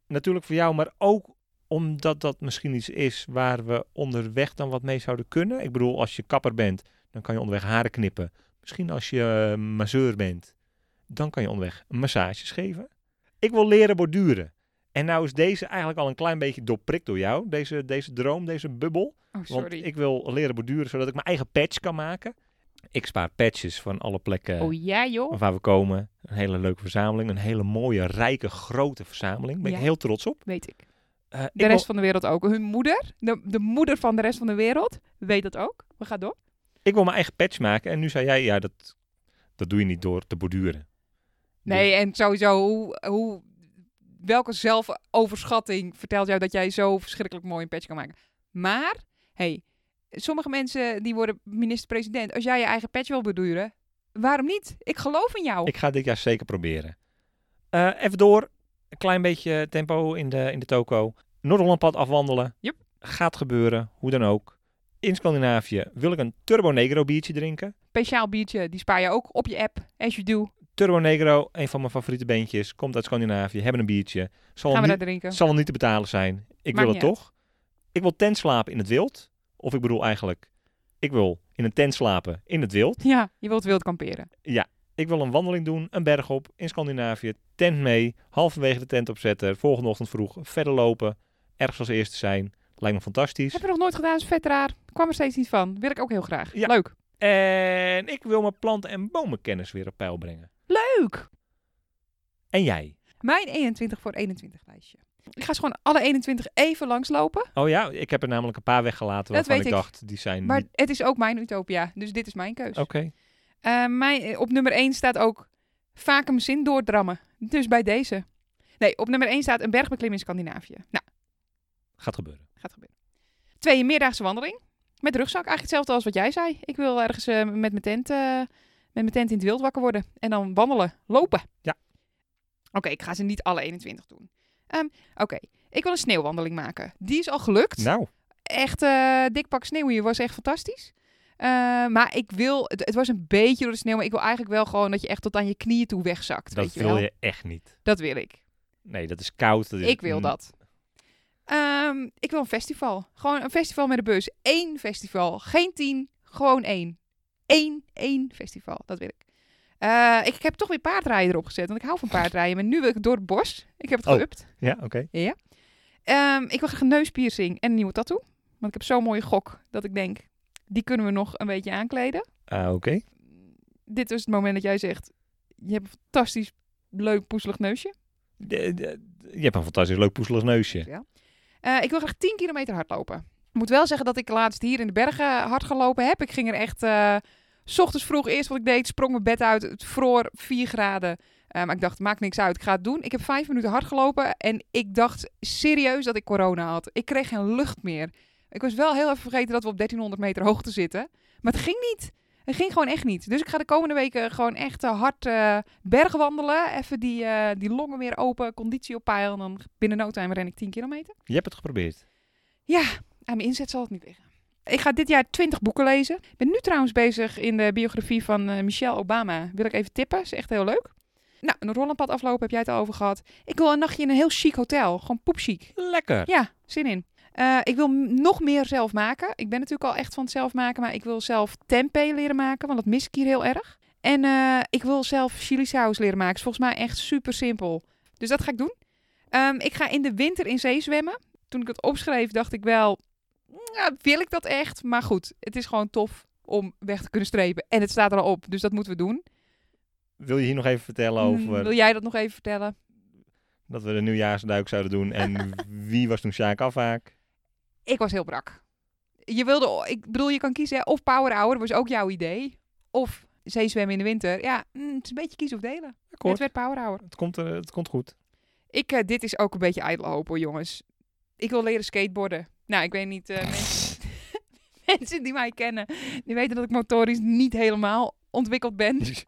Speaker 1: Natuurlijk voor jou, maar ook omdat dat misschien iets is waar we onderweg dan wat mee zouden kunnen. Ik bedoel, als je kapper bent, dan kan je onderweg haren knippen. Misschien als je eh, masseur bent, dan kan je onderweg massages geven. Ik wil leren borduren. En nou is deze eigenlijk al een klein beetje doorprikt door jou. Deze, deze droom, deze bubbel.
Speaker 2: Oh,
Speaker 1: Want
Speaker 2: sorry.
Speaker 1: ik wil leren borduren zodat ik mijn eigen patch kan maken. Ik spaar patches van alle plekken
Speaker 2: Oh ja, joh.
Speaker 1: waar we komen. Een hele leuke verzameling. Een hele mooie, rijke, grote verzameling. Ben
Speaker 2: Ja.
Speaker 1: ik heel trots op.
Speaker 2: Weet ik.
Speaker 1: Eh, ik
Speaker 2: De
Speaker 1: wil-
Speaker 2: rest van de wereld ook. Hun moeder, de, de moeder van de rest van de wereld, weet dat ook. We gaan door.
Speaker 1: ik wil mijn eigen patch maken. En nu zei jij, ja, dat, dat doe je niet door te borduren.
Speaker 2: Nee,
Speaker 1: Dus-
Speaker 2: en sowieso, hoe, hoe, welke zelfoverschatting vertelt jou dat jij zo verschrikkelijk mooi een patch kan maken? Maar, hey, sommige mensen die worden minister-president. Als jij je eigen patch wil beduren, waarom niet? Ik geloof in jou.
Speaker 1: Ik ga dit jaar zeker proberen. Eh, even door. Een klein beetje tempo in de, in de toko. Noord-Hollandpad afwandelen.
Speaker 2: Yep.
Speaker 1: Gaat gebeuren, hoe dan ook. In Scandinavië wil ik een Turbo Negro biertje drinken.
Speaker 2: Speciaal biertje, die spaar je ook op je app, as you do.
Speaker 1: Turbo Negro, een van mijn favoriete bandjes, komt uit Scandinavië, hebben een biertje. Zal,
Speaker 2: Gaan we daar
Speaker 1: niet,
Speaker 2: drinken.
Speaker 1: zal niet te betalen zijn. Ik
Speaker 2: Maakt
Speaker 1: wil
Speaker 2: niet
Speaker 1: het toch. Ik wil tent slapen in het wild. Of ik bedoel eigenlijk, ik wil in een tent slapen in het wild.
Speaker 2: Ja, je wilt wild kamperen.
Speaker 1: Ik wil een wandeling doen, een berg op in Scandinavië, tent mee, halverwege de tent opzetten, volgende ochtend vroeg verder lopen, ergens als eerste zijn. Lijkt me fantastisch.
Speaker 2: Heb je nog nooit gedaan, is vet raar. Kwam er steeds niet van. Wil ik ook heel graag.
Speaker 1: Ja.
Speaker 2: Leuk.
Speaker 1: En ik wil mijn planten- en bomenkennis weer op peil brengen.
Speaker 2: Leuk.
Speaker 1: En jij?
Speaker 2: Mijn 21 voor 21 lijstje. Ik ga ze gewoon alle 21 even langslopen.
Speaker 1: Oh ja, ik heb er namelijk een paar weggelaten waarvan
Speaker 2: weet
Speaker 1: ik
Speaker 2: ik.
Speaker 1: dacht, die zijn
Speaker 2: Maar
Speaker 1: niet... Oh.
Speaker 2: het is ook mijn utopia, dus dit is mijn keus.
Speaker 1: Oké.
Speaker 2: Eh, mijn, op nummer 1 staat ook vaak mijn zin doordrammen. Dus bij deze. Nee, op nummer 1 staat een berg beklimmen in Scandinavië. Nou,
Speaker 1: Gaat gebeuren.
Speaker 2: gaat gebeuren. Twee, een meerdaagse wandeling. Met rugzak, eigenlijk hetzelfde als wat jij zei. Ik wil ergens eh, met, mijn tent, eh, met mijn tent in het wild wakker worden. En dan wandelen, lopen.
Speaker 1: Ja.
Speaker 2: Oké, ik ga ze niet alle 21 doen. Ehm, Oké, ik wil een sneeuwwandeling maken. Die is al gelukt
Speaker 1: Nou,
Speaker 2: echt eh, dik pak sneeuw hier. Was echt fantastisch. Eh, maar ik wil, het, het was een beetje door de sneeuw, maar ik wil eigenlijk wel gewoon dat je echt tot aan je knieën toe wegzakt.
Speaker 1: dat
Speaker 2: weet je
Speaker 1: wil
Speaker 2: wel?
Speaker 1: je echt niet.
Speaker 2: Dat wil ik.
Speaker 1: Nee, dat is koud. dat is-
Speaker 2: Ik wil
Speaker 1: Mm,
Speaker 2: dat. Ehm, ik wil een festival. Gewoon een festival met de bus. Eén festival. Geen tien, gewoon één. Eén, één festival. Dat wil ik. Eh, ik heb toch weer paardrijden erop gezet, want ik hou van paardrijden. Maar nu wil ik door het bos. Ik heb het
Speaker 1: Oh.
Speaker 2: geupt.
Speaker 1: Ja, oké.
Speaker 2: Ehm, ik wil graag een neuspiercing en een nieuwe tattoo. Want ik heb zo'n mooie gok dat ik denk, die kunnen we nog een beetje aankleden.
Speaker 1: Ah, oké.
Speaker 2: Dit is het moment dat jij zegt, je hebt een fantastisch leuk poezelig neusje.
Speaker 1: De- de- Je hebt een fantastisch leuk poezelig neusje.
Speaker 2: Eh, ik wil graag 10 kilometer hardlopen. Ik moet wel zeggen dat ik laatst hier in de bergen hard gelopen heb. Ik ging er echt, eh, s ochtends vroeg eerst wat ik deed, sprong mijn bed uit. Het vroor 4 graden. Eh, maar ik dacht, maakt niks uit, ik ga het doen. Ik heb vijf minuten hard gelopen en ik dacht serieus dat ik corona had. Ik kreeg geen lucht meer. Ik was wel heel even vergeten dat we op 1300 meter hoogte zitten. Maar het ging niet. Het ging gewoon echt niet. Dus ik ga de komende weken gewoon echt eh, hard eh bergwandelen. Even die, eh, die longen weer open, conditie op peil. En dan binnen no time ren ik 10 kilometer.
Speaker 1: Je hebt het geprobeerd.
Speaker 2: Aan mijn inzet zal het niet liggen. Ik ga dit jaar 20 boeken lezen. Ik ben nu trouwens bezig in de biografie van eh, Michelle Obama. Wil ik even tippen, is echt heel leuk. Nou, een rollenpad aflopen heb jij het al over gehad. Ik wil een nachtje in een heel chic hotel. Gewoon poepchic.
Speaker 1: Lekker.
Speaker 2: Ja, zin in. Eh, ik wil m- nog meer zelf maken. Ik ben natuurlijk al echt van het zelf maken, maar ik wil zelf tempeh leren maken, want dat mis ik hier heel erg. En eh, ik wil zelf chili saus leren maken. Is volgens mij echt super simpel. Dus dat ga ik doen. Ehm, ik ga in de winter in zee zwemmen. Toen ik het opschreef, dacht ik wel, "Nou, wil ik dat echt? Maar goed, het is gewoon tof om weg te kunnen strepen. En het staat er al op, dus dat moeten we doen.
Speaker 1: Wil je hier nog even vertellen over
Speaker 2: Mm, Wil jij dat nog even vertellen?
Speaker 1: dat we de nieuwjaarsduik zouden doen en wie was toen Sjaak Afhaak?
Speaker 2: ik was heel brak. Je wilde, ik bedoel, je kan kiezen, hè, of power hour was ook jouw idee, of zeezwemmen in de winter. Ja, mm, het is een beetje kiezen of delen. Het
Speaker 1: Akkoord.
Speaker 2: werd power hour.
Speaker 1: Het komt, er, het komt goed.
Speaker 2: Ik, eh, dit is ook een beetje ijdel hoop hoor, jongens. Ik wil leren skateboarden. Nou, ik weet niet, eh, mensen, mensen die mij kennen, die weten dat ik motorisch niet helemaal ontwikkeld ben.
Speaker 1: Ik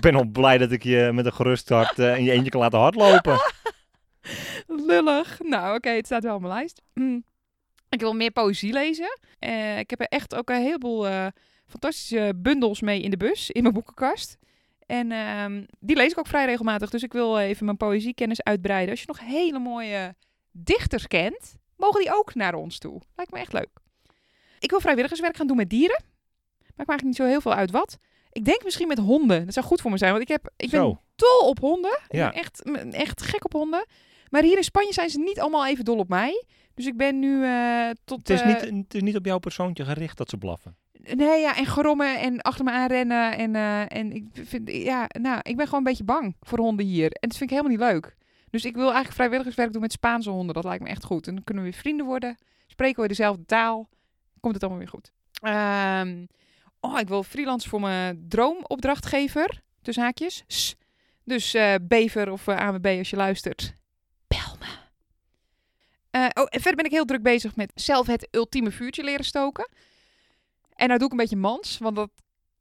Speaker 1: ben al blij dat ik je met een gerust hart eh, in je eentje kan laten hardlopen.
Speaker 2: Lullig. Nou, oké, het staat wel op mijn lijst. Mm. Ik wil meer poëzie lezen. Eh, ik heb er echt ook een heleboel eh, fantastische bundels mee in de bus, in mijn boekenkast. En ehm, die lees ik ook vrij regelmatig. Dus ik wil even mijn poëziekennis uitbreiden. Als je nog hele mooie dichters kent, mogen die ook naar ons toe. Lijkt me echt leuk. Ik wil vrijwilligerswerk gaan doen met dieren. Maakt me eigenlijk niet zo heel veel uit wat. Ik denk misschien met honden. Dat zou goed voor me zijn, want ik, heb, ik ben
Speaker 1: Zo,
Speaker 2: dol op honden. Ik
Speaker 1: ja.
Speaker 2: ben echt, m- echt gek op honden. Maar hier in Spanje zijn ze niet allemaal even dol op mij. Dus ik ben nu eh, tot...
Speaker 1: Het is,
Speaker 2: eh,
Speaker 1: niet, het is niet op jouw persoontje gericht dat ze blaffen.
Speaker 2: Nee, ja, en grommen en achter me aanrennen. En, eh, en ik, vind, ja, nou, ik ben gewoon een beetje bang voor honden hier. En dat vind ik helemaal niet leuk. Dus ik wil eigenlijk vrijwilligerswerk doen met Spaanse honden. Dat lijkt me echt goed. En dan kunnen we weer vrienden worden. Spreken we dezelfde taal. Komt het allemaal weer goed. Ehm, oh, ik wil freelance voor mijn droomopdrachtgever. Tussen haakjes. S. Dus eh, Bever of eh, AMB als je luistert. Bel me. Eh, oh, en verder ben ik heel druk bezig met zelf het ultieme vuurtje leren stoken. En nou doe ik een beetje mans, want dat,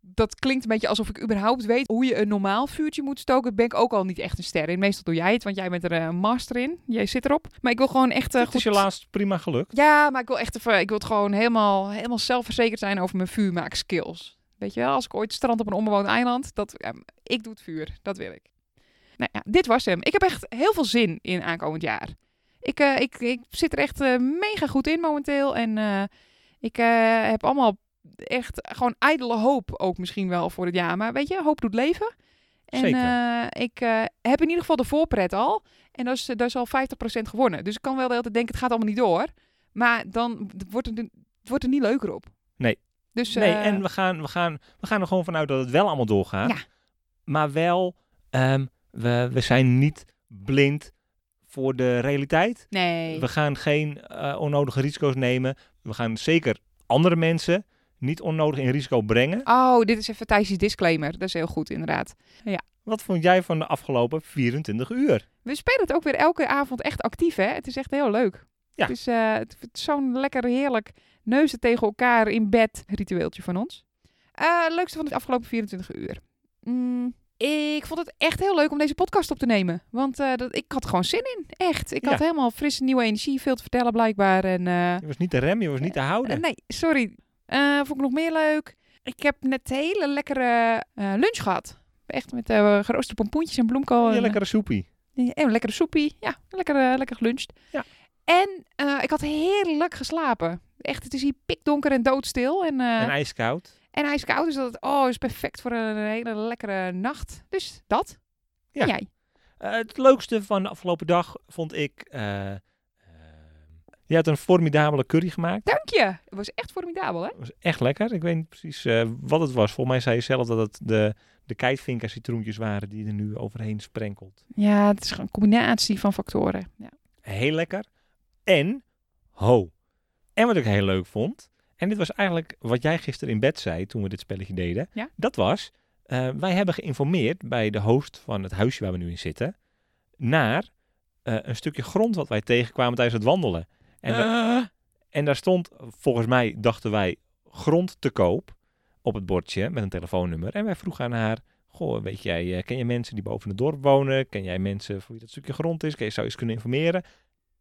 Speaker 2: dat klinkt een beetje alsof ik überhaupt weet hoe je een normaal vuurtje moet stoken. Daar ben ik ook al niet echt een ster in. Meestal doe jij het, want jij bent er eh, een master in. Jij zit erop. Maar ik wil gewoon echt eh,
Speaker 1: het is je laatst prima gelukt.
Speaker 2: ja, maar ik wil echt even, ik wil het gewoon helemaal, helemaal zelfverzekerd zijn over mijn vuurmaakskills. Weet je wel, als ik ooit strand op een onbewoond eiland, dat, ja, ik doe het vuur, dat wil ik. Nou ja, dit was hem. Ik heb echt heel veel zin in aankomend jaar. Ik, eh, ik, ik zit er echt eh, mega goed in momenteel en eh, ik eh, heb allemaal echt gewoon ijdele hoop ook misschien wel voor het jaar. Maar weet je, hoop doet leven. En
Speaker 1: Zeker.
Speaker 2: eh, ik eh, heb in ieder geval de voorpret al. En dat is, dat is al 50% gewonnen. Dus ik kan wel de hele tijd denken, het gaat allemaal niet door. Maar dan wordt het, het wordt er niet leuker op.
Speaker 1: Nee.
Speaker 2: Dus,
Speaker 1: Nee,
Speaker 2: eh,
Speaker 1: en we gaan, we, gaan, we gaan er gewoon vanuit dat het wel allemaal doorgaat.
Speaker 2: Ja.
Speaker 1: Maar wel, ehm, we, we zijn niet blind voor de realiteit.
Speaker 2: nee.
Speaker 1: We gaan geen eh, onnodige risico's nemen. We gaan zeker andere mensen niet onnodig in risico brengen.
Speaker 2: Oh, dit is even Thijs' disclaimer. Dat is heel goed, inderdaad.
Speaker 1: Wat vond jij van de afgelopen 24 uur?
Speaker 2: We spelen het ook weer elke avond echt actief, hè? Het is echt heel leuk.
Speaker 1: Ja.
Speaker 2: Het is, eh, het, het is zo'n lekker, heerlijk neuzen tegen elkaar in bed ritueeltje van ons. Eh, leukste van de afgelopen 24 uur. Mm, ik vond het echt heel leuk om deze podcast op te nemen. Want eh, dat, ik had er gewoon zin in. Echt. Ik
Speaker 1: Ja.
Speaker 2: had helemaal frisse nieuwe energie. Veel te vertellen blijkbaar. En, eh,
Speaker 1: Je was niet te remmen, je was niet te houden.
Speaker 2: Eh, nee, sorry. Eh vond ik nog meer leuk. Ik heb net een hele lekkere eh, lunch gehad. Echt met eh geroosterde pompoentjes en bloemkool.
Speaker 1: Een
Speaker 2: En,
Speaker 1: lekkere soepie.
Speaker 2: eh, en een lekkere soepie. Ja, lekker, eh, lekker geluncht.
Speaker 1: Ja.
Speaker 2: En eh, ik had heerlijk geslapen. Echt, het is hier pikdonker en doodstil. En, eh,
Speaker 1: En ijskoud.
Speaker 2: en hij is koud, dus dat oh, is perfect voor een hele lekkere nacht. Dus dat.
Speaker 1: Ja.
Speaker 2: En jij?
Speaker 1: Eh, het leukste van de afgelopen dag vond ik... eh, eh, je had een formidabele curry gemaakt.
Speaker 2: Dank je. Het was echt formidabel, hè?
Speaker 1: Dat was echt lekker. Ik weet niet precies eh, wat het was. Volgens mij zei je zelf dat het de, de keitvinker citroentjes waren die er nu overheen sprenkelt.
Speaker 2: Ja, het is gewoon een combinatie van factoren. Ja.
Speaker 1: Heel lekker. En, ho. En wat ik heel leuk vond. En dit was eigenlijk wat jij gisteren in bed zei toen we dit spelletje deden.
Speaker 2: Ja.
Speaker 1: Dat was, eh, wij hebben geïnformeerd bij de host van het huisje waar we nu in zitten. Naar eh, een stukje grond wat wij tegenkwamen tijdens het wandelen. En we-
Speaker 2: Eh,
Speaker 1: En daar stond, volgens mij dachten wij, grond te koop. op het bordje met een telefoonnummer. En wij vroegen aan haar, goh, weet jij, eh, ken je mensen die boven het dorp wonen? Ken jij mensen voor wie dat stukje grond is? Kun je, zou je eens kunnen informeren?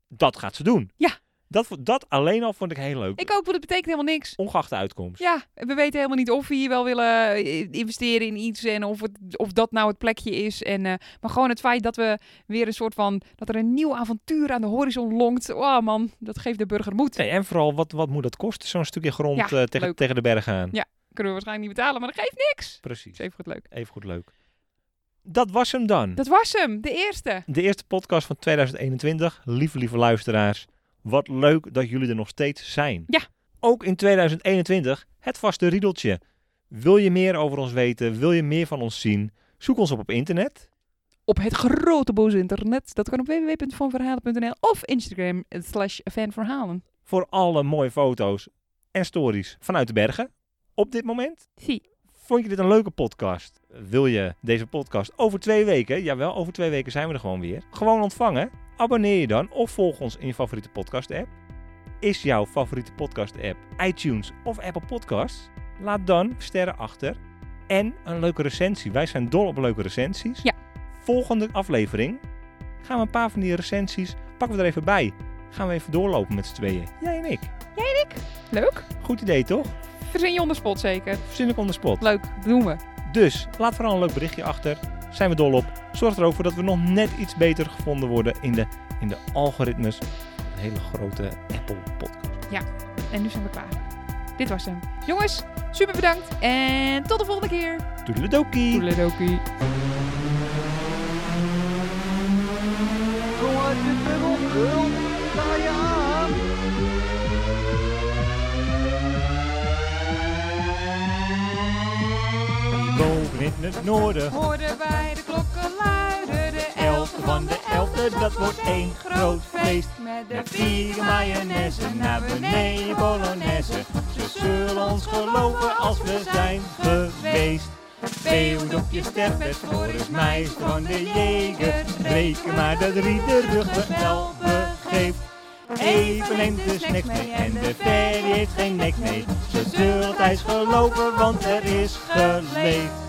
Speaker 1: Dat gaat ze doen.
Speaker 2: Ja.
Speaker 1: Dat, vo- dat alleen al vond ik heel leuk.
Speaker 2: Ik ook, want het betekent helemaal niks.
Speaker 1: Ongeacht de uitkomst.
Speaker 2: Ja, we weten helemaal niet of we hier wel willen eh, investeren in iets en of, het, of dat nou het plekje is. En, eh, maar gewoon het feit dat we weer een soort van, dat er een nieuw avontuur aan de horizon lonkt. Oh man, dat geeft de burger moed.
Speaker 1: Nee, en vooral, wat, wat moet dat kosten, zo'n stukje grond
Speaker 2: Ja,
Speaker 1: eh, tegen,
Speaker 2: leuk.
Speaker 1: tegen de bergen aan?
Speaker 2: Ja. Kunnen we waarschijnlijk niet betalen, maar dat geeft niks.
Speaker 1: Precies.
Speaker 2: Is even goed leuk.
Speaker 1: Even goed leuk. Dat was hem dan.
Speaker 2: Dat was hem, de eerste.
Speaker 1: De eerste podcast van 2021. Lieve, lieve luisteraars. Wat leuk dat jullie er nog steeds zijn.
Speaker 2: Ja.
Speaker 1: Ook in 2021 het vaste riedeltje. Wil je meer over ons weten? Wil je meer van ons zien? Zoek ons op op internet.
Speaker 2: Op het grote boze internet. Dat kan op www.vanverhalen.nl of Instagram eh, slash fanverhalen.
Speaker 1: Voor alle mooie foto's en stories vanuit de bergen. Op dit moment.
Speaker 2: Zie.
Speaker 1: Vond je dit een leuke podcast? Wil je deze podcast over twee weken? Jawel, over twee weken zijn we er gewoon weer. Gewoon ontvangen. Abonneer je dan of volg ons in je favoriete podcast app. Is jouw favoriete podcast app iTunes of Apple Podcasts? Laat dan sterren achter en een leuke recensie. Wij zijn dol op leuke recensies.
Speaker 2: Ja.
Speaker 1: Volgende aflevering gaan we een paar van die recensies pakken we er even bij. Gaan we even doorlopen met z'n tweeën. Jij en ik.
Speaker 2: Leuk.
Speaker 1: Goed idee toch?
Speaker 2: Verzin je on the spot zeker.
Speaker 1: Verzin ik on the spot.
Speaker 2: Leuk, doen we.
Speaker 1: Dus laat vooral een leuk berichtje achter. Zijn we dol op. Zorg er ook voor dat we nog net iets beter gevonden worden in de, in de algoritmes. van Een hele grote Apple podcast.
Speaker 2: En nu zijn we klaar. Dit was hem. Jongens, super bedankt en tot de volgende keer.
Speaker 1: Toedeledokie.
Speaker 2: Toedeledokie.
Speaker 1: Boven in het noorden.
Speaker 2: Hoorden wij de klokken luiden, de
Speaker 1: elfde van de elfde, dat wordt één groot feest.
Speaker 2: Met
Speaker 1: De vier mayonaise naar beneden bolognese. Ze zullen ons geloven als we zijn geweest. Beeuwd op je sterfbed voor het meis van de jeger. Reken maar dat riederig het wel begeeft. Even neemt de snacks mee en de ferry heeft geen nek mee. Ze zullen thuis gelopen, want er is geleefd.